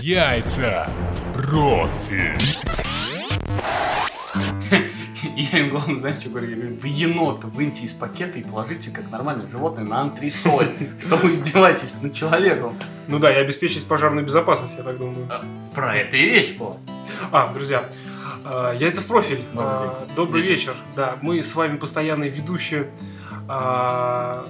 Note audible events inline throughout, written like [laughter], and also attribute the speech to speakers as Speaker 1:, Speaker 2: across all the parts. Speaker 1: Яйца в профиль.
Speaker 2: [laughs] Я им главное, знаете, что говорю? Я говорю, вы енота выньте из пакета и положите, как нормальное животное, на [laughs] антресоль. Что вы издеваетесь над человеком?
Speaker 3: Ну да, и обеспечить пожарную безопасность, я так думаю.
Speaker 2: Про это и речь была.
Speaker 3: А, друзья, а, яйца в профиль.
Speaker 2: Добрый
Speaker 3: А, Добрый вечер. Да, мы с вами постоянные ведущие а,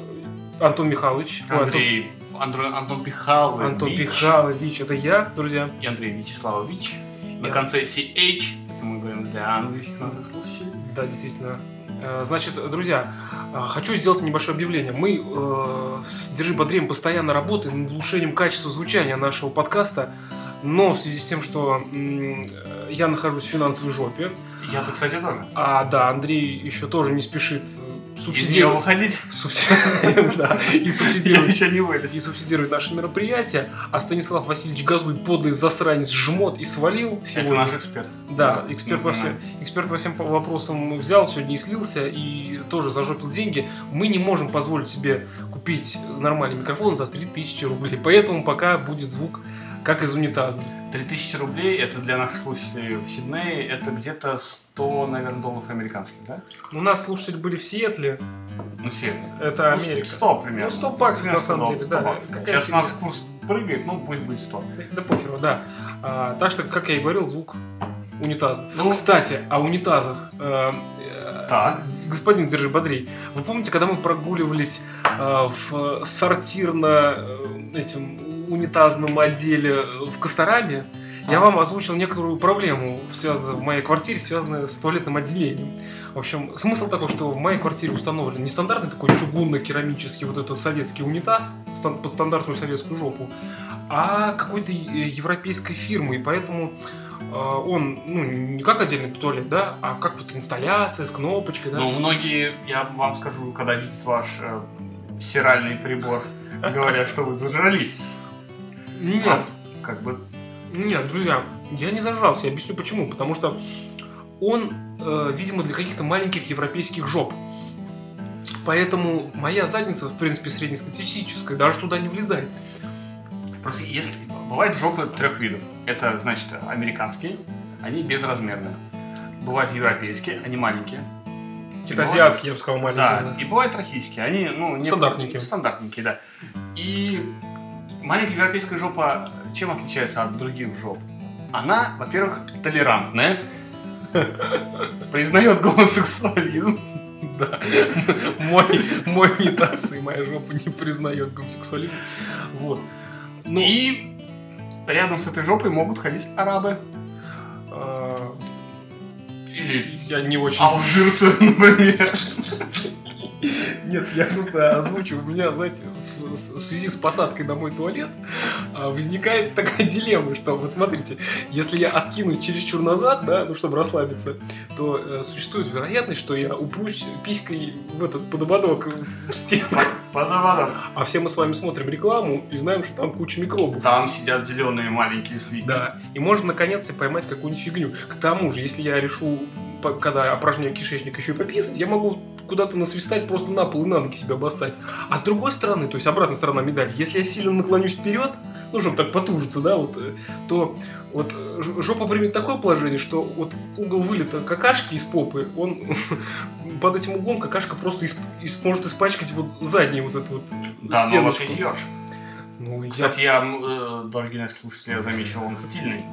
Speaker 3: Антон Михайлович. Ой,
Speaker 2: Андрей, Андро- Антон Пихалович.
Speaker 3: а Антон, Антон Михайлович, это я, друзья.
Speaker 2: И Андрей Вячеславович. На
Speaker 3: Да.
Speaker 2: конце CH. Это мы говорим для английских наших слушателей.
Speaker 3: Да, действительно. Э, Значит, друзья, э, хочу сделать небольшое объявление. Мы э, с Держи Бодреем постоянно работаем над улучшением качества звучания нашего подкаста, но в связи с тем, что м, э, я нахожусь в финансовой жопе,
Speaker 2: Я-то, кстати, тоже.
Speaker 3: а да, Андрей еще тоже не спешит э,
Speaker 2: Из нее
Speaker 3: субсидировать.
Speaker 2: выходить.
Speaker 3: субси- [laughs] да, И
Speaker 2: Я
Speaker 3: субсидировать
Speaker 2: еще не вылез.
Speaker 3: и субсидировать наши мероприятия, а Станислав Васильевич Газуй, подлый засранец, жмот и свалил
Speaker 2: Это
Speaker 3: сегодня.
Speaker 2: наш эксперт.
Speaker 3: Да,
Speaker 2: Ну,
Speaker 3: эксперт,
Speaker 2: ну,
Speaker 3: по всем, эксперт по всем по- вопросам взял сегодня и слился, и тоже зажопил деньги. Мы не можем позволить себе купить нормальный микрофон за 3000 рублей, поэтому пока будет звук как из унитаза.
Speaker 2: 3000 рублей, это для наших слушателей в Сиднее, это где-то 100, наверное, долларов американских, да?
Speaker 3: У нас слушатели были в Сиэтле,
Speaker 2: Ну, сильно.
Speaker 3: это
Speaker 2: Ну,
Speaker 3: Америка.
Speaker 2: 100 примерно.
Speaker 3: Ну, 100 баксов,
Speaker 2: Примерно
Speaker 3: на самом
Speaker 2: 100
Speaker 3: деле, да.
Speaker 2: баксов.
Speaker 3: Какая
Speaker 2: Сейчас у
Speaker 3: фигня?
Speaker 2: нас курс прыгает, ну, пусть будет 100.
Speaker 3: Да похеру, да. А, так что, как я и говорил, звук унитаза.
Speaker 2: Ну,
Speaker 3: Кстати, о унитазах. Э, э,
Speaker 2: Так.
Speaker 3: Господин Держи Бодрей, вы помните, когда мы прогуливались э, в сортирно э, этим унитазном отделе в Костораме? Я
Speaker 2: А.
Speaker 3: вам озвучил некоторую проблему, связанную в моей квартире, связанную с туалетным отделением. В общем, смысл такой, что в моей квартире установлен нестандартный такой чугунно-керамический вот этот советский унитаз стан- под стандартную советскую жопу, а какой-то э, европейской фирмы, и поэтому э, он, ну, не как отдельный туалет, да, а как вот инсталляция с кнопочкой, да.
Speaker 2: Ну, многие, я вам скажу, когда видят ваш э, стиральный прибор, говорят, что вы зажрались.
Speaker 3: [laughs]
Speaker 2: А,
Speaker 3: нет,
Speaker 2: Как бы,
Speaker 3: нет, друзья, я не зажрался, я объясню почему. Потому что он, э, видимо, для каких-то маленьких европейских жоп. Поэтому моя задница, в принципе, среднестатистическая, даже туда не влезает.
Speaker 2: просто если... Бывают жопы трех видов. Это, значит, американские, они безразмерные. Бывают европейские, они маленькие.
Speaker 3: Это азиатский, я бы сказал, маленький.
Speaker 2: Да, и бывают российские, они, ну, не...
Speaker 3: Стандартники.
Speaker 2: Стандартники, да. И маленькая европейская жопа чем отличается от других жоп? Она, во-первых,
Speaker 3: [laughs]
Speaker 2: толерантная, признает гомосексуализм.
Speaker 3: [laughs] Да. Мой, мой унитаз и моя жопа не признает гомосексуализм. Вот. Ну,
Speaker 2: И рядом с этой жопой могут ходить арабы.
Speaker 3: э,
Speaker 2: Или
Speaker 3: я не очень...
Speaker 2: алжирцы, [laughs] например.
Speaker 3: Нет, я просто озвучу. У меня, знаете, в, в связи с посадкой на мой туалет а, возникает такая дилемма, что вот смотрите, если я откину чересчур назад, да, ну чтобы расслабиться, то э, существует вероятность, что я упрусь писькой в этот подободок в стену.
Speaker 2: Подавадам.
Speaker 3: А все мы с вами смотрим рекламу и знаем, что там куча микробов.
Speaker 2: Там сидят зеленые маленькие слики.
Speaker 3: Да, и можно наконец-то поймать какую-нибудь фигню. К тому же, если я решу, по- когда опражняю кишечник, еще и пописать, я могу куда-то насвистать просто на пол и на ноги себя обоссать. А с другой стороны, то есть обратная сторона медали, если я сильно наклонюсь вперед, ну, чтобы так потужиться, да, вот, э, то вот э, ж- жопа примет такое положение, что вот угол вылета какашки из попы, он [laughs] под этим углом какашка просто исп- исп- может испачкать вот задний вот этот вот
Speaker 2: Да, но вот
Speaker 3: стеночку.
Speaker 2: и съешь.
Speaker 3: Ну, я
Speaker 2: Кстати, я, м, э, дорогие наши слушатели, я заметил, он стильный.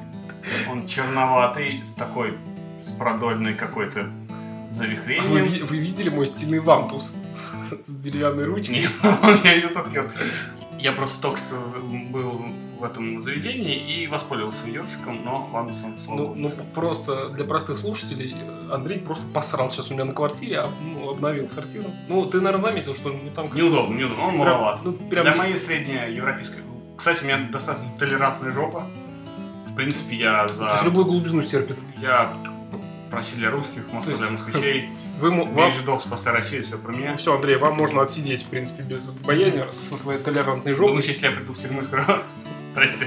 Speaker 2: Он черноватый, с такой, с продольной какой-то
Speaker 3: Вы,
Speaker 2: завихрением.
Speaker 3: ви- вы видели мой стильный вантус [laughs] с деревянной ручкой?
Speaker 2: Нет, [laughs] он, я вижу только ёрш. Я просто только что был в этом заведении и воспользовался ёршиком, но вам сам
Speaker 3: Ну,
Speaker 2: слово.
Speaker 3: ну, просто для простых слушателей э, Андрей просто посрал сейчас у меня на квартире, а, ну, обновил сортиру. Ну, ты, наверное, заметил, что ну, там... как-
Speaker 2: Неудобно, неудобно, он
Speaker 3: прям-
Speaker 2: маловат.
Speaker 3: Ну, прям...
Speaker 2: Для моей средней европейской... Кстати, у меня достаточно толерантная жопа. В принципе, я за...
Speaker 3: То есть любую глубину стерпит.
Speaker 2: Я просил для русских, Москва
Speaker 3: То
Speaker 2: для
Speaker 3: есть-
Speaker 2: москвичей.
Speaker 3: Вы, мо- вам...
Speaker 2: Весь жидов спасай Россию, все про меня.
Speaker 3: Все, Андрей, вам можно отсидеть, в принципе, без боязни со своей толерантной жопой.
Speaker 2: Думаешь, если я приду в тюрьму и скажу, [laughs] прости,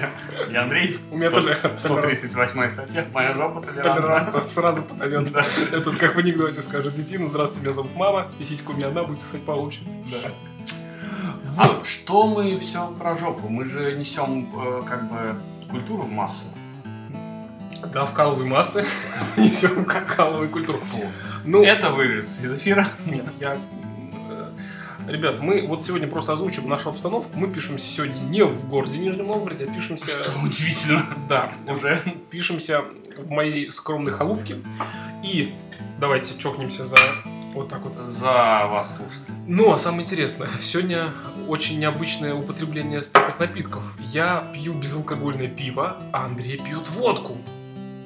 Speaker 2: я Андрей,
Speaker 3: У меня
Speaker 2: Ну, сто-
Speaker 3: толер-
Speaker 2: 138 статья, моя жопа толерантна.
Speaker 3: толерантно сразу подойдет.
Speaker 2: Да,
Speaker 3: Этот, как в анекдоте, скажет, детина, здравствуйте, меня зовут мама, и сиська у меня одна, будет сосать получше.
Speaker 2: да. А что мы все про жопу? Мы же несем как бы культуру в массу.
Speaker 3: Да, вкалывай [laughs] массы, несем вкалывай культуру. Ну,
Speaker 2: Это вырез из эфира.
Speaker 3: Нет, я... э, Ребят, мы вот сегодня просто озвучим нашу обстановку. Мы пишемся сегодня не в городе Нижнем Новгороде, а пишемся...
Speaker 2: Что удивительно.
Speaker 3: Да,
Speaker 2: Уже.
Speaker 3: пишемся в моей скромной халупке. И давайте чокнемся за вот так вот.
Speaker 2: За вас, слушатели.
Speaker 3: Ну, а самое интересное, сегодня очень необычное употребление спиртных напитков. Я пью безалкогольное пиво, а Андрей пьет водку.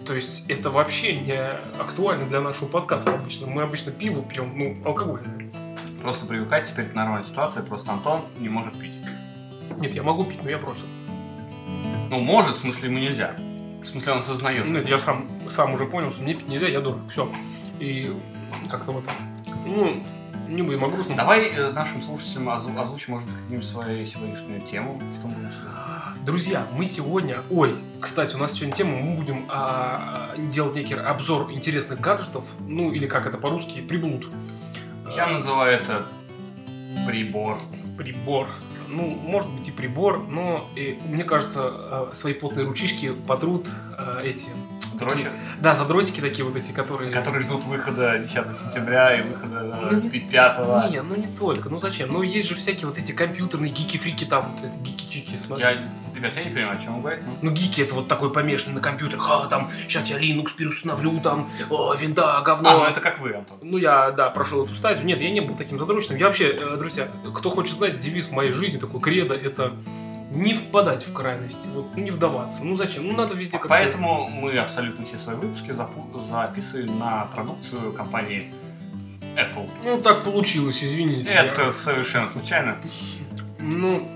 Speaker 3: То есть это вообще не актуально для нашего подкаста обычно. Мы обычно пиво пьем, ну, алкогольное.
Speaker 2: Просто привыкать теперь к нормальной ситуации, просто Антон не может пить.
Speaker 3: Нет, я могу пить, но я против.
Speaker 2: Ну, может, в смысле ему нельзя. В смысле он осознает.
Speaker 3: Ну, это я сам, сам уже понял, что мне пить нельзя, я дурак. Все. И как-то вот, ну, не будем о грустном.
Speaker 2: Давай э, нашим слушателям озу- озвучим, может быть, какую-нибудь свою сегодняшнюю тему. Что мы будем обсуждать?
Speaker 3: Друзья, мы сегодня... Ой, кстати, у нас сегодня тема, мы будем а, делать некий обзор интересных гаджетов, ну, или как это по-русски, приблуд. А,
Speaker 2: Я называю это прибор.
Speaker 3: прибор. Ну, может быть и прибор, но э, мне кажется, э, свои потные ручишки потрут э, эти...
Speaker 2: Короче,
Speaker 3: Да, задротики такие вот эти, которые...
Speaker 2: которые ждут выхода 10 сентября и выхода э,
Speaker 3: Ну, не-
Speaker 2: 5
Speaker 3: Не, ну не только, ну зачем? Ну есть же всякие вот эти компьютерные гики-фрики там, вот эти гики-чики, смотри.
Speaker 2: Я, ребят, я не понимаю, о чем вы говорите.
Speaker 3: Ну гики это вот такой помешанный на компьютерах, а там сейчас я Linux переустановлю, там, о, винда, говно.
Speaker 2: А, ну это как вы, Антон.
Speaker 3: Ну, я, да, прошел эту стадию. Нет, я не был таким задрочным. Я вообще, э, друзья, кто хочет знать девиз моей жизни, такой кредо, это не впадать в крайности, вот, не вдаваться. Ну, зачем? Ну, надо везде как-то...
Speaker 2: А Поэтому мы абсолютно все свои выпуски запу- записываем на продукцию компании Apple.
Speaker 3: Ну, так получилось, извините.
Speaker 2: Это совершенно случайно.
Speaker 3: Ну,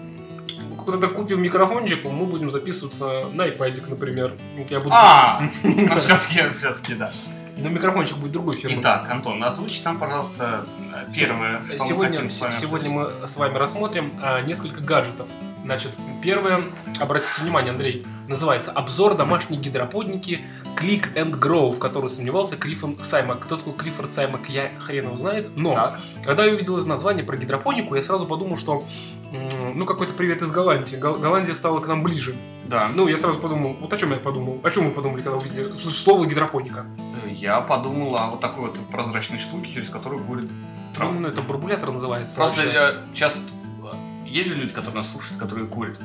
Speaker 3: когда купим микрофончик, мы будем записываться на iPad, например. Я буду...
Speaker 2: А, все-таки, все-таки, да.
Speaker 3: Но микрофончик будет другой фирмы.
Speaker 2: Итак, Антон, озвучь нам, пожалуйста, первое, что мы
Speaker 3: Сегодня,
Speaker 2: хотим с вами
Speaker 3: сегодня мы с вами рассмотрим а, несколько гаджетов. Значит, первое, обратите внимание, Андрей, называется «Обзор домашней гидроподники Click and Grow», в которой сомневался Клиффорд Саймак. Кто такой Клиффорд Саймак, я хрен его знает, но
Speaker 2: Так.
Speaker 3: когда я увидел это название про гидропонику, я сразу подумал, что м, ну какой-то привет из Голландии. Гол- Голландия стала к нам ближе.
Speaker 2: Да.
Speaker 3: Ну, я сразу подумал, вот о чем я подумал, о чем мы подумали, когда увидели слово гидропоника.
Speaker 2: ну, Я подумал о вот такой вот прозрачной штуке, через которую будет трава.
Speaker 3: Ну, это барбулятор называется.
Speaker 2: Просто
Speaker 3: вообще.
Speaker 2: я сейчас... Есть же люди, которые нас слушают, которые курят.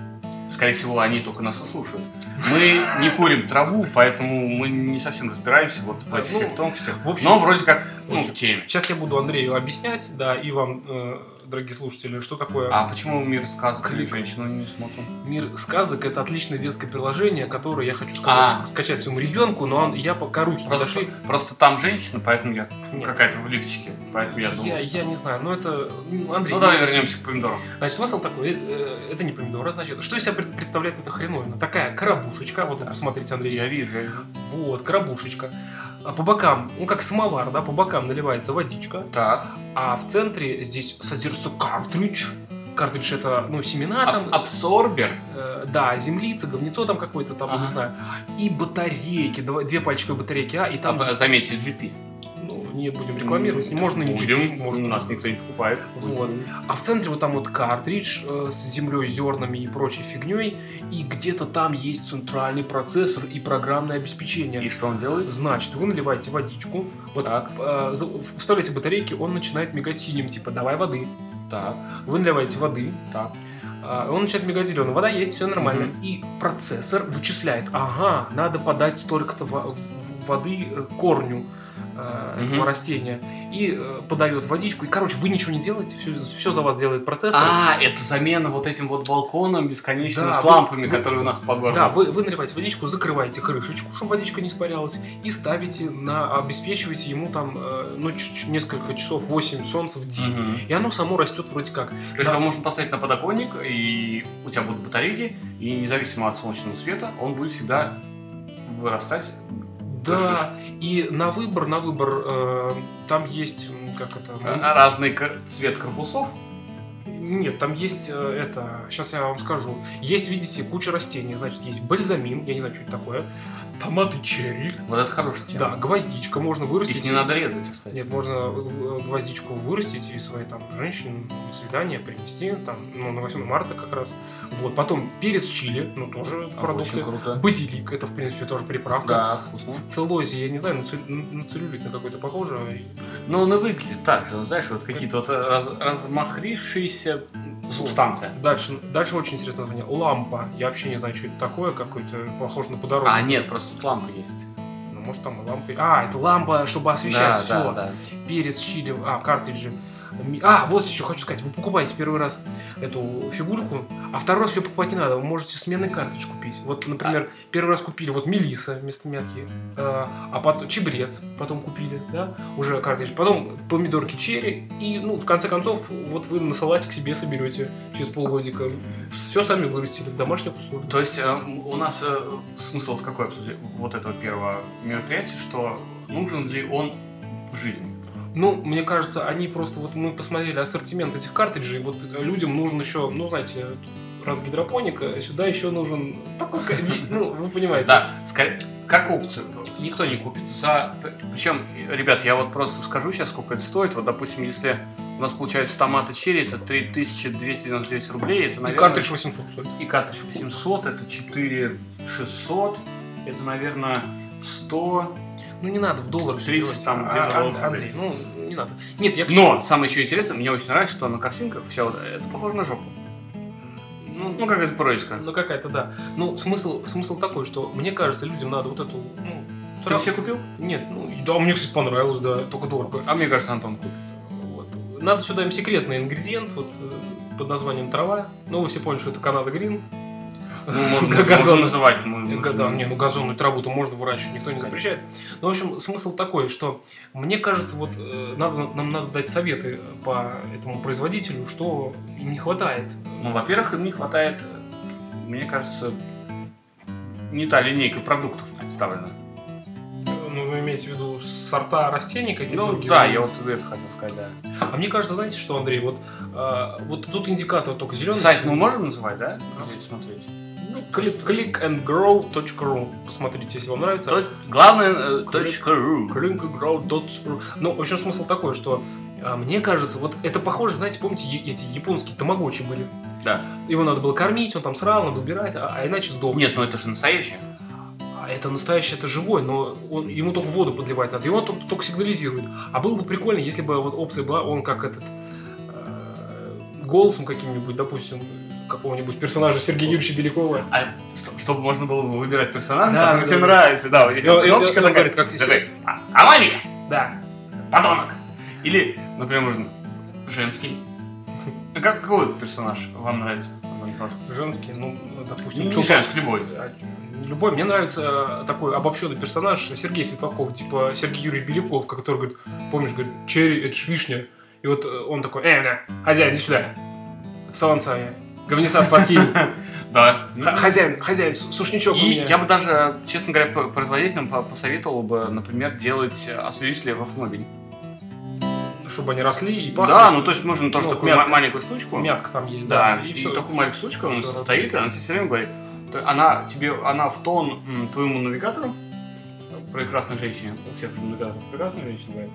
Speaker 2: Скорее всего, они только нас и слушают. Мы не курим траву, поэтому мы не совсем разбираемся вот в
Speaker 3: Да,
Speaker 2: этих
Speaker 3: ну,
Speaker 2: всех тонкостях.
Speaker 3: в общем-
Speaker 2: Но вроде как
Speaker 3: в
Speaker 2: ну,
Speaker 3: общем.
Speaker 2: в теме.
Speaker 3: Сейчас я буду Андрею объяснять, да, и вам, э, дорогие слушатели, что такое
Speaker 2: А почему мир сказок или
Speaker 3: Клик. Ну,
Speaker 2: женщину а не смотрим?
Speaker 3: мир сказок. Это отличное детское приложение, которое я хочу сказать,
Speaker 2: А.
Speaker 3: скачать своему ребенку, но он, я пока руки не
Speaker 2: Просто,
Speaker 3: дошли.
Speaker 2: просто там женщина, поэтому я
Speaker 3: Нет.
Speaker 2: какая-то в лифчике. Поэтому Ну, я думал,
Speaker 3: я,
Speaker 2: что-
Speaker 3: я не знаю, но это... ну, Андрей,
Speaker 2: Ну давай вернемся к помидорам.
Speaker 3: значит, смысл такой, э, э, это не помидоры, значит, что из себя пред- представляет эта хреновина? Такая коробушечка, вот это, посмотрите, Андрей, я
Speaker 2: вижу, я вижу.
Speaker 3: вот, коробушечка. А По бокам, ну как самовар, да, по бокам наливается водичка,
Speaker 2: Так.
Speaker 3: а в центре здесь содержится картридж. Картридж это, ну, семена там.
Speaker 2: Аб- абсорбер.
Speaker 3: Э, да, землица, говнецо там какое-то, там,
Speaker 2: Ага.
Speaker 3: не знаю, и батарейки, два- две пальчиковые батарейки, а, и там,
Speaker 2: Аб- заметьте, GP.
Speaker 3: ну, не будем рекламировать,
Speaker 2: М,
Speaker 3: можно не
Speaker 2: Ну, будем,
Speaker 3: GP, можно.
Speaker 2: У нас никто не покупает.
Speaker 3: Вот. А в центре вот там вот картридж э, с землей, зернами и прочей фигней, и где-то там есть центральный процессор и программное обеспечение.
Speaker 2: И что он делает?
Speaker 3: Значит, вы наливаете водичку, вот
Speaker 2: Так.
Speaker 3: э, за- в- вставляете батарейки, он начинает мигать синим, типа давай воды.
Speaker 2: Так,
Speaker 3: Вы наливаете воды,
Speaker 2: так.
Speaker 3: А, Он начинает мигать зеленым. Вода есть, все нормально.
Speaker 2: Мгм.
Speaker 3: И процессор вычисляет. Ага, надо подать столько-то во- в- воды э, корню э,
Speaker 2: Мгм.
Speaker 3: этого растения. И э, подает водичку. И, короче, вы ничего не делаете, все, за вас делает процессор.
Speaker 2: А, это замена вот этим вот балконом бесконечным
Speaker 3: Да,
Speaker 2: с
Speaker 3: вы-
Speaker 2: лампами,
Speaker 3: вы-
Speaker 2: которые у нас по городу.
Speaker 3: Да, вы, вы наливаете водичку, закрываете крышечку, чтобы водичка не испарялась, и ставите на, обеспечиваете ему там, э, ну, чуть- чуть несколько часов, 8 солнца в день.
Speaker 2: Мгм.
Speaker 3: И оно само растет вроде как.
Speaker 2: То есть его можно поставить на подоконник, и у тебя будут батарейки, и независимо от солнечного света, он будет всегда вырастать. э,
Speaker 3: Да, и на выбор, на выбор, э, там есть, м, как это... м,
Speaker 2: А- Разный кор- цвет корпусов.
Speaker 3: Нет, там есть э, это, сейчас я вам скажу. Есть, видите, куча растений, значит, есть бальзамин, я не знаю, что это такое. Томаты черри.
Speaker 2: Вот это хорошая тема.
Speaker 3: Да, гвоздичка можно вырастить.
Speaker 2: Их не надо резать, кстати.
Speaker 3: Нет, можно э, гвоздичку вырастить и своей там женщине на свидание принести, там, ну, на 8 марта как раз. Вот, потом перец чили, ну, тоже
Speaker 2: А,
Speaker 3: продукты.
Speaker 2: Очень круто.
Speaker 3: Базилик, это, в принципе, тоже приправка.
Speaker 2: Да, вкусно.
Speaker 3: Ц- Целозия, я не знаю, на, целлю- на целлюлит на какой-то похоже.
Speaker 2: Но он и выглядит так же, вот знаешь, вот какие-то вот э, раз- размахрившиеся субстанция.
Speaker 3: Дальше, дальше очень интересное название. Лампа. Я вообще не знаю, что это такое, какой-то похож на подорожник.
Speaker 2: А, нет, просто тут лампа есть.
Speaker 3: Ну, может, там и лампа. А, это лампа, чтобы освещать. все.
Speaker 2: да, да,
Speaker 3: перец, чили, а, картриджи. Ми- А, вот еще хочу сказать, вы покупаете первый раз эту фигурку, а второй раз ее покупать не надо, вы можете сменный картридж купить. Вот, например, первый раз купили вот Мелиса вместо мятки, э, а потом чебрец потом купили, да, уже картридж, потом помидорки черри, и, ну, в конце концов, вот вы на салатик себе соберете через полгодика. Все сами вырастили в домашних условиях.
Speaker 2: То есть э, м, у нас э, смысл вот какой обсуждения вот этого первого мероприятия, что нужен ли он в жизни?
Speaker 3: Ну, мне кажется, они просто вот мы посмотрели ассортимент этих картриджей, вот э, людям нужен еще, ну знаете, раз гидропоника, сюда еще нужен такой, ка- ви- ну вы понимаете.
Speaker 2: Да, скорее, как опцию. Никто не купит. За... Причем, ребят, я вот просто скажу сейчас, сколько это стоит. Вот, допустим, если у нас получается томаты черри, это 3299 рублей. Это,
Speaker 3: И
Speaker 2: наверное,
Speaker 3: картридж 800 стоит.
Speaker 2: и картридж 800, это 4600, это, наверное, 100.
Speaker 3: Ну не надо в доллар
Speaker 2: 30
Speaker 3: переводить.
Speaker 2: там,
Speaker 3: А,
Speaker 2: где-то
Speaker 3: а-
Speaker 2: доллар.
Speaker 3: Андрей, ну не надо. Нет, я к чему?
Speaker 2: Но самое еще интересное, мне очень нравится, что на картинках вся вот это похоже на жопу. Ну, ну, как это происка.
Speaker 3: Ну какая-то да. Ну смысл смысл такой, что мне кажется, людям надо вот эту. Ну,
Speaker 2: Ты
Speaker 3: тра-
Speaker 2: все купил?
Speaker 3: Нет, ну и- да, мне кстати понравилось, да, только дорого.
Speaker 2: А мне кажется, Антон [laughs] купил.
Speaker 3: Вот. Надо сюда им секретный ингредиент вот, э, под названием трава. Ну, вы все поняли, что это Канада Грин.
Speaker 2: Ну, можно,
Speaker 3: Газон.
Speaker 2: можно называть. мы- мы
Speaker 3: Га-
Speaker 2: же
Speaker 3: да,
Speaker 2: не-
Speaker 3: не, ну газонную траву-то можно выращивать, никто не
Speaker 2: Конечно.
Speaker 3: запрещает. Но, в общем, смысл такой, что мне кажется, вот э, надо, нам надо дать советы по этому производителю, что им не хватает.
Speaker 2: Ну, во-первых, им не хватает, мне кажется, не та линейка продуктов представлена.
Speaker 3: Ну, вы имеете в виду сорта растений какие-то?
Speaker 2: Ну,
Speaker 3: другие?
Speaker 2: да, я вот это хотел сказать, да.
Speaker 3: А мне кажется, знаете что, Андрей, вот, э, вот тут индикатор только зеленый. Ну,
Speaker 2: Сайт ну, мы можем называть, да? Где это смотреть?
Speaker 3: Click, clickandgrow.ru. Посмотрите, если вам нравится.
Speaker 2: То- главное, э, точка .ru.
Speaker 3: Клинка Грау Дотс Ру. Ну, в общем, смысл такой, что а, мне кажется, вот это похоже, знаете, помните, е- эти японские тамагочи были?
Speaker 2: Да.
Speaker 3: Его надо было кормить, он там срал, надо убирать, а, а иначе сдох.
Speaker 2: Нет, ну это же настоящее.
Speaker 3: А это настоящий, это живой, но он, ему только воду подливать надо, и он только, только сигнализирует. А было бы прикольно, если бы вот опция была, он как этот э, голосом каким-нибудь, допустим, какого-нибудь персонажа Сергея Юрьевича Белякова.
Speaker 2: А, чтоб- чтобы можно было бы выбирать персонажа,
Speaker 3: Да,
Speaker 2: который
Speaker 3: да,
Speaker 2: тебе
Speaker 3: да.
Speaker 2: нравится. Да, вот здесь
Speaker 3: И он-
Speaker 2: вот
Speaker 3: и он-
Speaker 2: кнопочка
Speaker 3: и он
Speaker 2: такая.
Speaker 3: говорит, как-
Speaker 2: Такой, «А- Амалия,
Speaker 3: Да.
Speaker 2: подонок. Или, например, можно женский. А как- какой вот персонаж вам нравится? Антон Павлович?
Speaker 3: Женский, ну, допустим,
Speaker 2: Не
Speaker 3: Чулпан.
Speaker 2: женский, любой.
Speaker 3: А, Любой, мне нравится такой обобщенный персонаж Сергей Светлаков, типа Сергей Юрьевич Беляков, который говорит, помнишь, говорит, черри, это ж вишня. И вот э, он такой, э, бля, хозяин, иди сюда. С авансами. Говнеца
Speaker 2: [laughs]
Speaker 3: подкинь.
Speaker 2: [laughs] Да.
Speaker 3: Х- Хозяин, хозяин, су- сушничок Ну, у
Speaker 2: И
Speaker 3: меня.
Speaker 2: я бы даже, честно говоря, по- производителям по- посоветовал бы, например, делать э, освежители в автомобиле.
Speaker 3: Чтобы они росли и пахли.
Speaker 2: Да, ну то есть нужно тоже
Speaker 3: Ну,
Speaker 2: такую
Speaker 3: мятка.
Speaker 2: ма- маленькую штучку.
Speaker 3: Мятка там есть,
Speaker 2: Да,
Speaker 3: да.
Speaker 2: и,
Speaker 3: всё.
Speaker 2: такую маленькую штучку она
Speaker 3: Всё.
Speaker 2: стоит, и она тебе все время говорит, то- она тебе, она в тон м, твоему навигатору, прекрасной женщине, у всех же навигаторов прекрасная женщина говорит,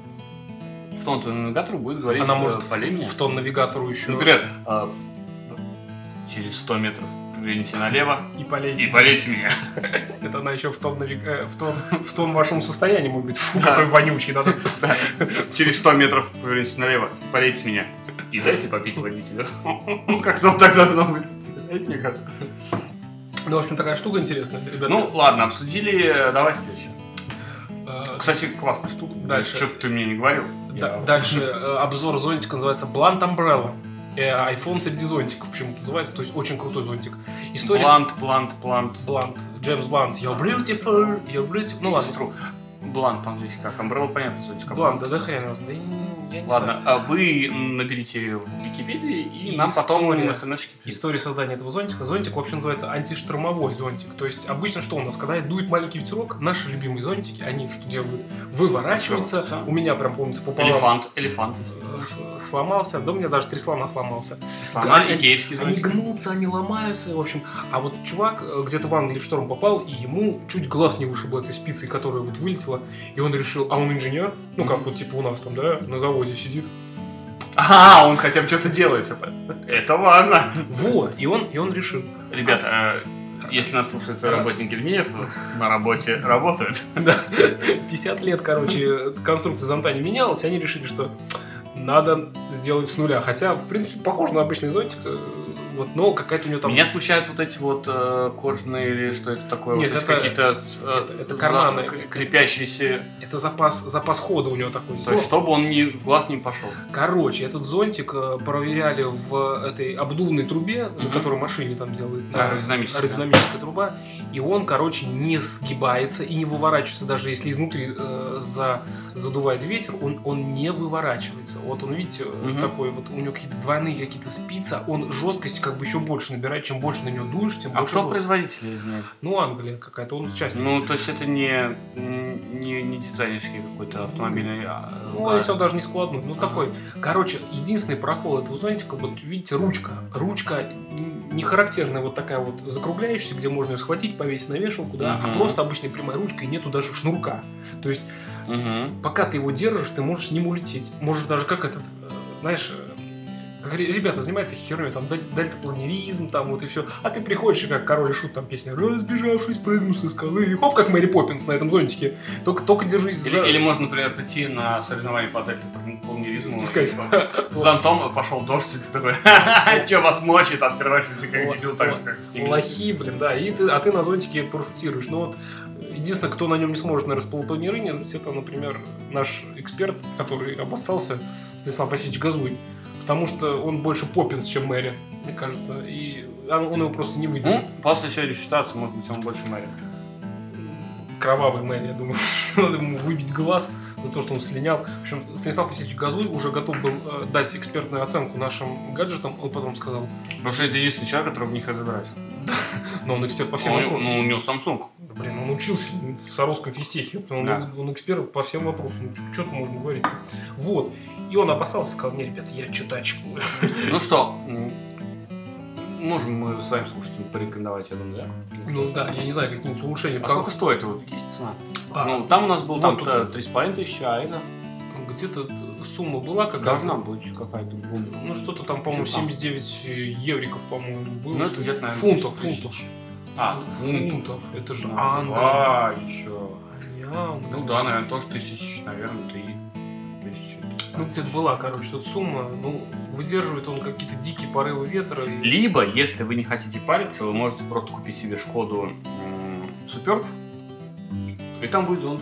Speaker 2: в тон твоему навигатору будет говорить
Speaker 3: Она
Speaker 2: э,
Speaker 3: может в-
Speaker 2: полемия.
Speaker 3: в тон навигатору еще
Speaker 2: Например, а, через 100 метров поверните налево
Speaker 3: и полейте.
Speaker 2: и болейте меня.
Speaker 3: Это она еще в тон, навиг- э, в тон, в тон вашему состоянию может быть. Фу,
Speaker 2: Да.
Speaker 3: какой вонючий, надо
Speaker 2: [laughs] Да. Через 100 метров поверните налево, полейте меня. И дайте попить водителю. [laughs] Как то так должно быть. Дайте мне как.
Speaker 3: Ну, в общем, такая штука интересная, ребята.
Speaker 2: Ну, ладно, обсудили. Давай следующее.
Speaker 3: Э,
Speaker 2: Кстати, классная штука.
Speaker 3: Дальше.
Speaker 2: Что-то ты мне не говорил.
Speaker 3: да- дальше э, обзор зонтика называется Blunt Umbrella. Э, iPhone среди зонтиков почему-то называется, то есть очень крутой зонтик. История с-
Speaker 2: Блант, блант, блант.
Speaker 3: Blunt, Джеймс Блант, you're beautiful, you're beautiful, ну ладно,
Speaker 2: Блант по-английски как? Umbrella, понятно, суть как.
Speaker 3: Блант, да да хрен его знает. Да и не-
Speaker 4: я не
Speaker 2: Ладно,
Speaker 4: знаю.
Speaker 2: а вы наберите в Википедии, и,
Speaker 3: И
Speaker 2: нам потом
Speaker 3: история.
Speaker 2: будем смс-очки писать.
Speaker 3: История создания этого зонтика. Зонтик вообще называется антиштормовой зонтик. То есть обычно что у нас, когда дует маленький ветерок, наши любимые зонтики, они что делают? Выворачиваются.
Speaker 2: Выворачиваются.
Speaker 3: У меня прям, помнится, пополам
Speaker 2: Элефант, элефант. есть.
Speaker 3: э, с- сломался. Да у меня даже три слона сломался.
Speaker 2: Сломали
Speaker 3: они-
Speaker 2: икеевский
Speaker 3: Они
Speaker 2: зонтик.
Speaker 3: гнутся, они ломаются, в общем. А вот чувак э, где-то в Англии в шторм попал, и ему чуть глаз не вышибло этой спицы, которая вот вылетела. И он решил, а он инженер, ну как вот типа у нас там, да, на заводе сидит.
Speaker 2: А, он хотя бы что-то делает. всё понятно. Это важно.
Speaker 3: Вот, и он, и он решил. [laughs]
Speaker 2: Ребята, э, если нас слушают работники ВНИЕФ, на работе работают.
Speaker 3: Да, 50 лет, короче, конструкция зонта не менялась, и они решили, что надо сделать с нуля. Хотя, в принципе, похоже на обычный зонтик, э, вот, но какая-то у него там...
Speaker 2: Меня смущают вот эти вот э, кожаные или что это такое,
Speaker 3: Нет,
Speaker 2: вот эти
Speaker 3: это-
Speaker 2: какие-то с- э,
Speaker 3: это- это
Speaker 2: за-
Speaker 3: карманы.
Speaker 2: к- крепящиеся,
Speaker 3: Это запас, запас хода у него такой.
Speaker 2: то есть чтобы он ни в глаз не пошел.
Speaker 3: Короче, этот зонтик э, проверяли в этой обдувной трубе, на
Speaker 2: Мгм.
Speaker 3: которой машине там делают.
Speaker 2: Да, аэродинамическая.
Speaker 3: аэродинамическая труба. И он, короче, не сгибается и не выворачивается. Даже если изнутри э, за, задувает ветер, он, он не выворачивается. Вот он, видите, э,
Speaker 2: Мгм.
Speaker 3: такой вот, у него какие-то двойные какие-то спицы, а он жесткости как бы еще больше набирает. Чем больше на него дуешь, тем
Speaker 2: А
Speaker 3: больше
Speaker 2: кто
Speaker 3: жесткость.
Speaker 2: производитель из них?
Speaker 3: Ну, Англия какая-то, он участник.
Speaker 2: Ну, то есть это не, не, не дизайнерский какой-то автомобильный... а,
Speaker 3: Ну,
Speaker 2: да.
Speaker 3: если он даже не складной, ну
Speaker 2: Ага.
Speaker 3: такой. Короче, единственный прокол этого зонтика, вот видите, ручка. Ручка н- не характерная вот такая вот закругляющаяся, где можно ее схватить, повесить на вешалку, да, а
Speaker 2: Мгм.
Speaker 3: просто обычной прямой ручкой, нету даже шнурка. То есть,
Speaker 2: Мгм.
Speaker 3: пока ты его держишь, ты можешь с ним улететь. Можешь даже как этот, э, знаешь, э, как ре- ребята занимаются херней, там дель- дельтапланеризм, там вот и все. А ты приходишь, и как король и шут, там песня «Разбежавшись, прыгнул со скалы». и Хоп, как Мэри Поппинс на этом зонтике. Только, только держись
Speaker 2: Или,
Speaker 3: за...
Speaker 2: или можно, например, прийти на соревнования по дельтапланеризму.
Speaker 3: И сказать,
Speaker 2: С зонтом а пошел дождь, и ты такой, [laughs] «Ха-ха-ха, че вас мочит, открываешь, и ты как
Speaker 3: Вот,
Speaker 2: дебил, так же,
Speaker 3: вот.
Speaker 2: как с ними.
Speaker 3: Лохи, Типа, блин, да. И ты, а ты на зонтике парашютируешь. Ну вот, единственное, кто на нем не сможет, наверное, сплутонировать, это, например, наш эксперт, который обоссался, Станислав Васильевич Газуй. Потому что он больше Поппинс, чем Мэри, мне кажется. И он, он его просто не
Speaker 2: Ну,
Speaker 3: выдержит.
Speaker 2: после сегодняшней ситуации, может быть, он больше мэрит.
Speaker 3: Кровавый Мэри, я думаю, [laughs] что надо ему выбить глаз за то, что он слинял. В общем, Станислав Васильевич Газуй уже готов был э, дать экспертную оценку нашим гаджетам. Он потом сказал,
Speaker 2: Потому что это единственный человек, который в них разбирается.
Speaker 3: но он эксперт по всем
Speaker 2: Он-
Speaker 3: вопросам.
Speaker 2: Ну, у него Samsung.
Speaker 3: Да, Блин, он учился в Саровском физтехе. Он,
Speaker 2: Да.
Speaker 3: он эксперт по всем вопросам. Что-то можно говорить. Вот. И он опасался, сказал, не, ребят, я что-то очкую. [laughs]
Speaker 2: Ну что, м, можем мы своим слушателям порекомендовать, я думаю, да?
Speaker 3: Ну да, я не знаю, какие-нибудь улучшения.
Speaker 2: А
Speaker 3: Как-
Speaker 2: сколько стоит вот есть цена?
Speaker 3: А,
Speaker 2: Ну, там у нас был
Speaker 3: вот
Speaker 2: там
Speaker 3: тут.
Speaker 2: 3,5 тысячи, а это
Speaker 3: Ну, Где-то т- сумма была какая-то.
Speaker 2: должна быть какая-то глубина.
Speaker 3: Ну что-то там, по-моему,
Speaker 2: Чё там?
Speaker 3: 79 евриков, по-моему, было.
Speaker 2: Ну, это
Speaker 3: что ли.
Speaker 2: где-то, наверное,
Speaker 3: фунтов,
Speaker 2: 10 тысяч.
Speaker 3: фунтов.
Speaker 2: А, фунт.
Speaker 3: фунтов. Это же
Speaker 2: А,
Speaker 3: Англия.
Speaker 2: еще.
Speaker 3: Англия.
Speaker 2: Ну да, наверное, тоже тысяч, наверное, три тысячи.
Speaker 3: Ну, где-то была, короче, тут сумма. Ну, выдерживает он какие-то дикие порывы ветра. и-
Speaker 2: Либо, если вы не хотите париться, вы можете просто купить себе Шкоду Суперб, и там будет зонт.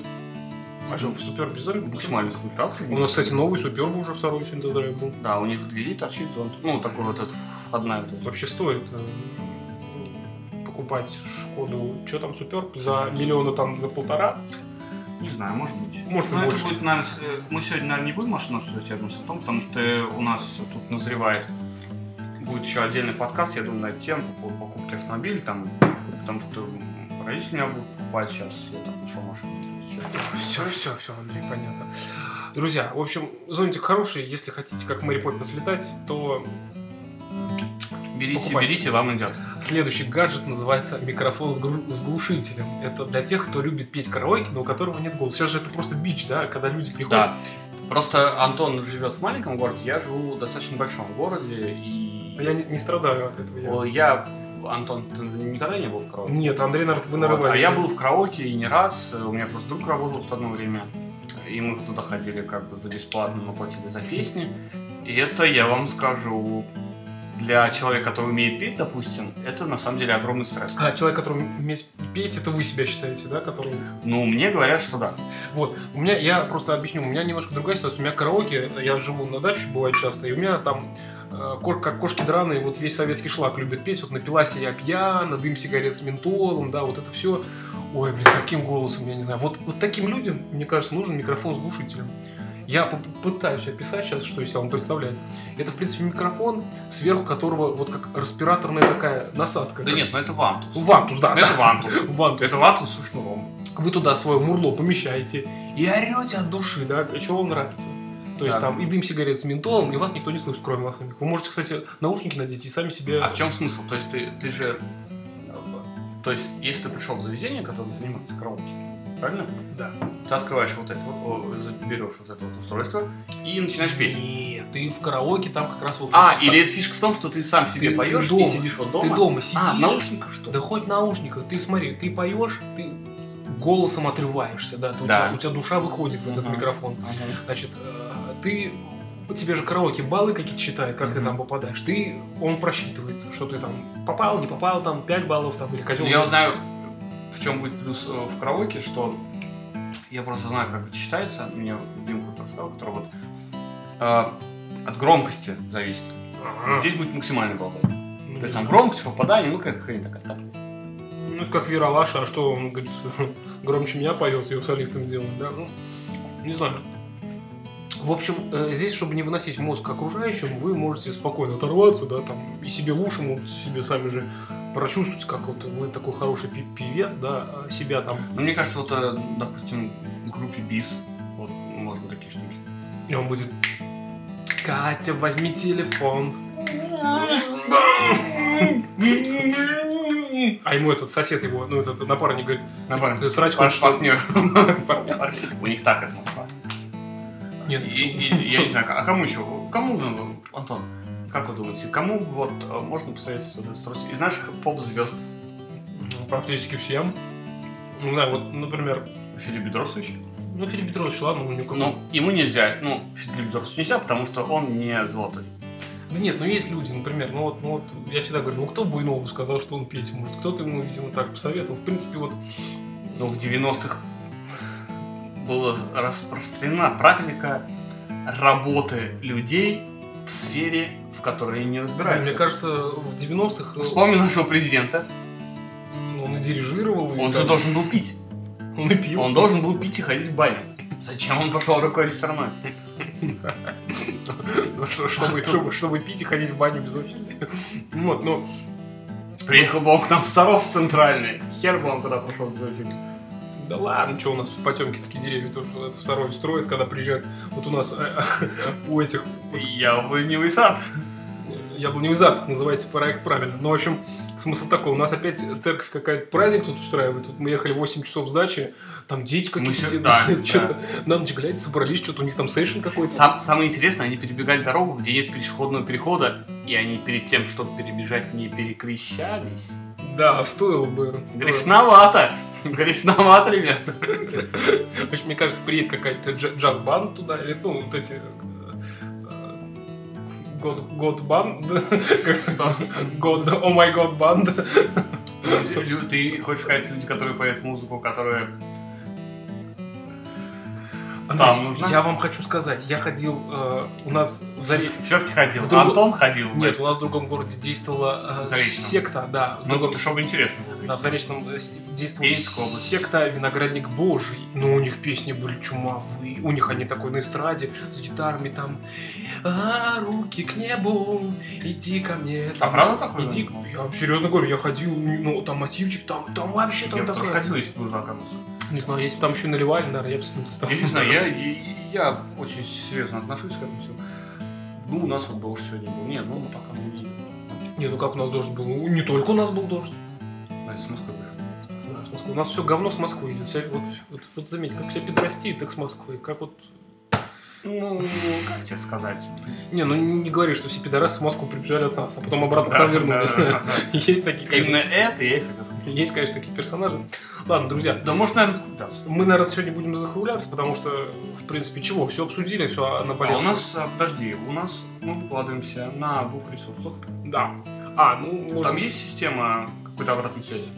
Speaker 3: А что, в супер
Speaker 2: Максимальная концентрация.
Speaker 3: У нас, кстати, новый суперб уже в Сарове сегодня драйв был.
Speaker 2: Да, у них в двери торчит зонт. Ну, такой вот этот входная. вот эта.
Speaker 3: Вообще стоит э, покупать Шкоду, что там, суперб за миллиона, там, за полтора.
Speaker 2: Не знаю, может быть.
Speaker 3: Может, и
Speaker 2: Но это
Speaker 3: больше.
Speaker 2: будет, наверное, с- э, мы сегодня, наверное, не будем машину обсуждать, я думаю, с Антоном, потому что у нас тут назревает будет еще отдельный подкаст, я думаю, на эту тему по поводу покупки автомобиля, там, потому что м, родители меня будут покупать сейчас, я там нашел машину.
Speaker 3: Все, все, все, Андрей, понятно. Друзья, в общем, зонтик хороший. Если хотите, как Мэри Поппинс летать, то
Speaker 2: Берите,
Speaker 3: Покупайте.
Speaker 2: берите, вам идет.
Speaker 3: следующий гаджет называется микрофон с, гру- с глушителем. Это для тех, кто любит петь караоке, но у которого нет голоса. Сейчас же это просто бич, да, когда люди приходят.
Speaker 2: Да. Просто Антон живет в маленьком городе, я живу в достаточно большом городе, и
Speaker 3: А Я не, не страдаю от этого. я-
Speaker 2: О, я... Антон, ты никогда не был в караоке?
Speaker 3: Нет, Андрей, наверное,
Speaker 2: Вот,
Speaker 3: вы нарывались.
Speaker 2: А я был в караоке и не раз. У меня просто друг работал тут одно время. И мы туда ходили как бы за бесплатно, мы платили за песни. И это, я вам скажу, для человека, который умеет петь, допустим, это на самом деле огромный стресс.
Speaker 3: А человек, который умеет петь, это вы себя считаете, да, который...
Speaker 2: Ну, мне говорят, что да.
Speaker 3: Вот, у меня, я просто объясню, у меня немножко другая ситуация. У меня караоке, я живу на даче, бывает часто, и у меня там э, кор- как кошки драные, вот весь советский шлак любит петь, вот напилась я пьяна, дым сигарет с ментолом, да, вот это все. Ой, блин, каким голосом, я не знаю. Вот, вот таким людям, мне кажется, нужен микрофон с глушителем. Я поп- пытаюсь описать сейчас, что из себя он представляет. Это, в принципе, микрофон, сверху которого вот как респираторная такая насадка.
Speaker 2: Да нет, ну это вантус.
Speaker 3: Вантус, да.
Speaker 2: Ну, Это
Speaker 3: да.
Speaker 2: вантус.
Speaker 3: Вантус.
Speaker 2: Это вантус с ушнуром.
Speaker 3: Вы туда свое мурло помещаете и орете от души, да, чего вам нравится. То есть
Speaker 2: Да.
Speaker 3: там и дым сигарет с ментолом, и вас никто не слышит, кроме вас самих. Вы можете, кстати, наушники надеть и сами себе...
Speaker 2: А в чем смысл? То есть ты, ты же... э, То есть, если ты пришел в заведение, которое занимается караоке, правильно?
Speaker 3: Да.
Speaker 2: Ты открываешь вот это вот, о, за- берешь вот это вот устройство и начинаешь петь.
Speaker 3: Нет, ты в караоке там как раз вот...
Speaker 2: А,
Speaker 3: там-
Speaker 2: или это фишка в том, что ты сам себе
Speaker 3: Ты- ты
Speaker 2: поешь и
Speaker 3: дома.
Speaker 2: сидишь вот дома.
Speaker 3: Ты дома сидишь...
Speaker 2: А, в наушниках что?
Speaker 3: Да хоть в наушниках, ты смотри, ты поешь, ты голосом отрываешься, да, ты- У,
Speaker 2: Да.
Speaker 3: тебя, у тебя душа выходит в этот
Speaker 2: Мгм.
Speaker 3: микрофон.
Speaker 2: Ага.
Speaker 3: Значит, э, ты тебе же караоке баллы какие-то считают, как ты
Speaker 2: Мгм.
Speaker 3: там попадаешь. Ты, он просчитывает, что ты там попал, не попал, там 5 баллов там или козел.
Speaker 2: Я знаю, в чем будет плюс э, в караоке, что я просто знаю, как это считается. Мне Димка так сказал, который вот э, от громкости зависит.
Speaker 3: Ага.
Speaker 2: Здесь будет максимальный балл.
Speaker 3: Ну,
Speaker 2: То есть там громкость, попадание, ну как хрень такая. так.
Speaker 3: Ну, это как Вера Лаша, а что он говорит, [laughs] громче меня поет, его солистом делает, да? Ну, не знаю. В общем, э, здесь, чтобы не выносить мозг окружающим, вы можете спокойно оторваться, да, там, и себе в уши можете себе сами же прочувствовать, как вот вы такой хороший пи- певец, да, а себя там.
Speaker 2: Но мне кажется, вот, э, допустим, в группе бис, вот, может быть, такие штуки.
Speaker 3: И он будет... Катя, возьми телефон. А ему этот сосед его, ну этот напарник говорит,
Speaker 2: Нормально.
Speaker 3: «Ты срачку
Speaker 2: Ваш
Speaker 3: что ли?»
Speaker 2: А [laughs] партнер.
Speaker 3: Партнер.
Speaker 2: У них так это называется.
Speaker 3: Нет,
Speaker 2: И- и- Я не знаю, а кому еще? Кому, ну, Антон, как вы думаете, кому вот э, можно посоветовать вот это устройство? Из наших поп-звезд
Speaker 3: Ну, Практически всем. Не знаю, вот, например,
Speaker 2: Филипп Бедросович?
Speaker 3: ну, Филипп Петрович, ладно, у него
Speaker 2: Ну, ему нельзя, ну, Филипп Бедросович нельзя, потому что он не золотой.
Speaker 3: Да нет, ну есть люди, например, ну вот, ну вот, я всегда говорю, ну кто Буйнову сказал, что он петь может? Кто-то ему, видимо, так посоветовал. В принципе, вот,
Speaker 2: Ну, в 90-х была распространена практика работы людей в сфере, в которой они не разбираются.
Speaker 3: мне кажется, в 90-х э,
Speaker 2: Вспомни нашего президента.
Speaker 3: он и дирижировал, и
Speaker 2: Он же
Speaker 3: там-
Speaker 2: должен был пить.
Speaker 3: он и пил.
Speaker 2: Он должен был пить и ходить в баню. Зачем он пошел руководить страной?
Speaker 3: Ну, [laughs] что- чтобы, чтобы, чтобы пить и ходить в баню без очереди. [laughs] Вот, ну,
Speaker 2: Приехал бы он к нам в Саров центральный. Хер бы он куда пошел в Зофиг.
Speaker 3: Да ладно, что у нас потемкинские деревья тоже это в Сарове строят, когда приезжают вот у нас э, [laughs] у этих
Speaker 2: Я бы не высад.
Speaker 3: Яблоневый зад называется проект правильно. Но, в общем, смысл такой. У нас опять церковь какая-то праздник тут устраивает. Тут мы ехали 8 часов с дачи, там дети
Speaker 2: Мы
Speaker 3: какие-то.
Speaker 2: сё-
Speaker 3: [laughs]
Speaker 2: да, да.
Speaker 3: Что-то на ночь глядя собрались, что-то у них там сейшн какой-то.
Speaker 2: Сам- самое интересное, они перебегали дорогу, где нет пешеходного перехода, и они перед тем, чтобы перебежать, не перекрещались.
Speaker 3: Да, стоило бы. стоило.
Speaker 2: Грешновато. Грешновато, ребята.
Speaker 3: [laughs] В общем, мне кажется, приедет какая-то джа- джаз-банд туда, или, ну, вот эти... э, Год, год банд, [laughs] год, о май год банд.
Speaker 2: Люди- лю- Ты хочешь сказать, люди, которые поют музыку, которые... Там нужно?
Speaker 3: Я вам хочу сказать, я ходил, э, у нас в Заречном-
Speaker 2: Все-таки ходил.
Speaker 3: Вдруг-
Speaker 2: Антон ходил.
Speaker 3: Нет, у нас в другом городе действовала э,
Speaker 2: Заречном.
Speaker 3: секта, да. В
Speaker 2: Ну,
Speaker 3: другом,
Speaker 2: вот, чтобы интересно было.
Speaker 3: да, в Заречном э, с- действовала
Speaker 2: Ейская область.
Speaker 3: секта «Виноградник Божий». Но у них песни были чумовые. У них они такой на эстраде с гитарами там «А, руки к небу, иди ко мне».
Speaker 2: А
Speaker 3: там,
Speaker 2: правда такое?
Speaker 3: Иди,
Speaker 2: было?
Speaker 3: я вам серьезно говорю, я ходил, ну, там мотивчик, там, там вообще
Speaker 2: Я
Speaker 3: там
Speaker 2: бы тоже
Speaker 3: такое.
Speaker 2: ходил, если бы был знакомился.
Speaker 3: Не знаю, если бы там еще наливали, наверное, я бы смылся.
Speaker 2: Я не знаю, я, я- я очень серьезно отношусь к этому всему. Ну, у нас вот дождь сегодня был. Нет, ну, мы пока мы не
Speaker 3: Не, ну как у нас дождь был? Ну, Не только у нас был дождь.
Speaker 2: Знаете, с Москвы пришли.
Speaker 3: Да, с Москвы. У нас все говно с Москвы идет. Вся- вот, вот, вот заметь, как вся педрастия, так с Москвы. Как вот...
Speaker 2: Ну, как тебе сказать?
Speaker 3: Не, ну не, не говори, что все пидорасы в Москву прибежали от нас, а потом обратно к
Speaker 2: Да,
Speaker 3: нам вернулись.
Speaker 2: да, да.
Speaker 3: [laughs] Есть такие, конечно,
Speaker 2: Именно это я и хотел сказать.
Speaker 3: есть, конечно, такие персонажи. Ладно, друзья,
Speaker 2: Да, может, наверное, скучаться.
Speaker 3: мы, наверное, сегодня будем закругляться, потому что, в принципе, чего? Все обсудили, все
Speaker 2: А
Speaker 3: наболело.
Speaker 2: у нас, а, подожди, у нас мы выкладываемся на двух ресурсах.
Speaker 3: Да. А, ну, может
Speaker 2: Там
Speaker 3: быть,
Speaker 2: есть система какой-то обратной связи?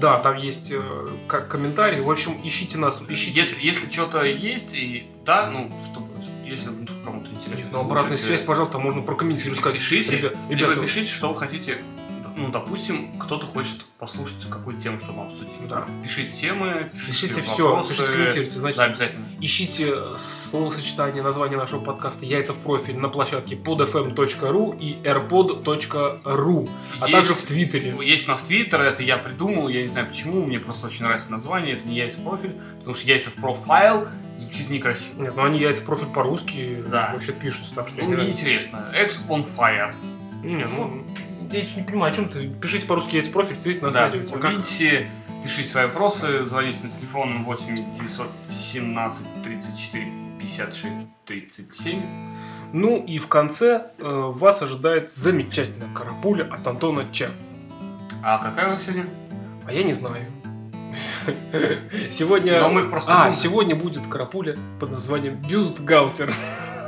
Speaker 3: Да, там есть э, как комментарии. В общем, ищите нас, ищите...
Speaker 2: Если, если что-то есть, и да, ну, чтобы, если вдруг кому-то интересно.
Speaker 3: Нет, ну, обратная
Speaker 2: слушайте,
Speaker 3: связь, пожалуйста, можно прокомментировать, сказать.
Speaker 2: Пишите,
Speaker 3: «Ребя-
Speaker 2: либо
Speaker 3: ребята,
Speaker 2: пишите, что вы хотите. Да, ну, допустим, кто-то хочет послушать, какую тему, что мы обсудим.
Speaker 3: Да.
Speaker 2: Пишите темы, пишите,
Speaker 3: Пишите все,
Speaker 2: вопросы.
Speaker 3: пишите, комментируйте. Значит,
Speaker 2: Да, обязательно.
Speaker 3: Ищите э, словосочетание, название нашего подкаста «Яйца в профиль» на площадке podfm.ru и airpod.ru, а
Speaker 2: Есть- Ну,
Speaker 3: также в Твиттере.
Speaker 2: Есть у нас твиттер, это я придумал, я не знаю почему, мне просто очень нравится название, это не яйца в профиль, потому что яйца в профайл звучит некрасиво.
Speaker 3: Нет, ну они яйца в профиль по-русски
Speaker 2: Да.
Speaker 3: вообще пишут, так что...
Speaker 2: Ну,
Speaker 3: я не-
Speaker 2: неинтересно. Экс on fire.
Speaker 3: Не, ну, я чё не понимаю, о чем ты? Пишите по-русски «Яйца в профиль», в Твиттере нас
Speaker 2: Да,
Speaker 3: найдете. Как-
Speaker 2: увидите, пишите свои вопросы, звоните на телефон 8 917 34 56 37.
Speaker 3: Ну и в конце э, вас ожидает замечательная карапуля от Антона Ч.
Speaker 2: А какая у нас сегодня?
Speaker 3: А я не знаю. Сегодня...
Speaker 2: Но мы их просто
Speaker 3: А,
Speaker 2: придумали.
Speaker 3: сегодня будет карапуля под названием «Бюстгаутер».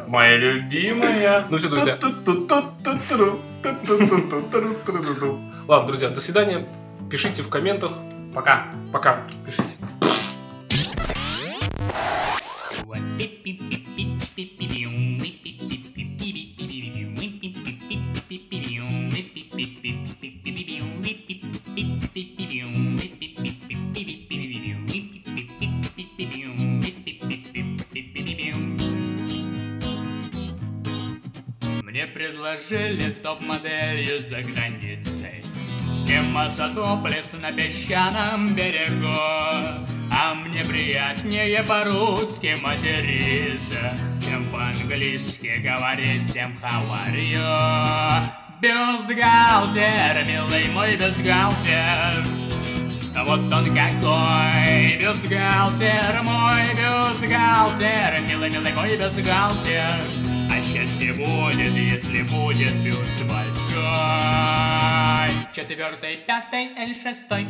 Speaker 2: Моя любимая.
Speaker 3: Ну все, друзья.
Speaker 2: Ту-ту-ту-ту-ту-ру, ту-ту-ту-ту-ту-ру-ту-ру-ту.
Speaker 3: Ладно, друзья, до свидания. Пишите в комментах.
Speaker 2: Пока.
Speaker 3: Пока. Пишите.
Speaker 4: Мне предложили топ-моделью за границей Схема затоплес на песчаном берегу А мне приятнее по-русски материться Чем по-английски говорить всем how are you Бюстгальтер, милый мой бюстгальтер а Вот он какой бюстгальтер, мой бюстгальтер, милый, милый мой бюстгальтер. А счастье будет, если будет бюст большой. Четвертый, пятый, эль шестой.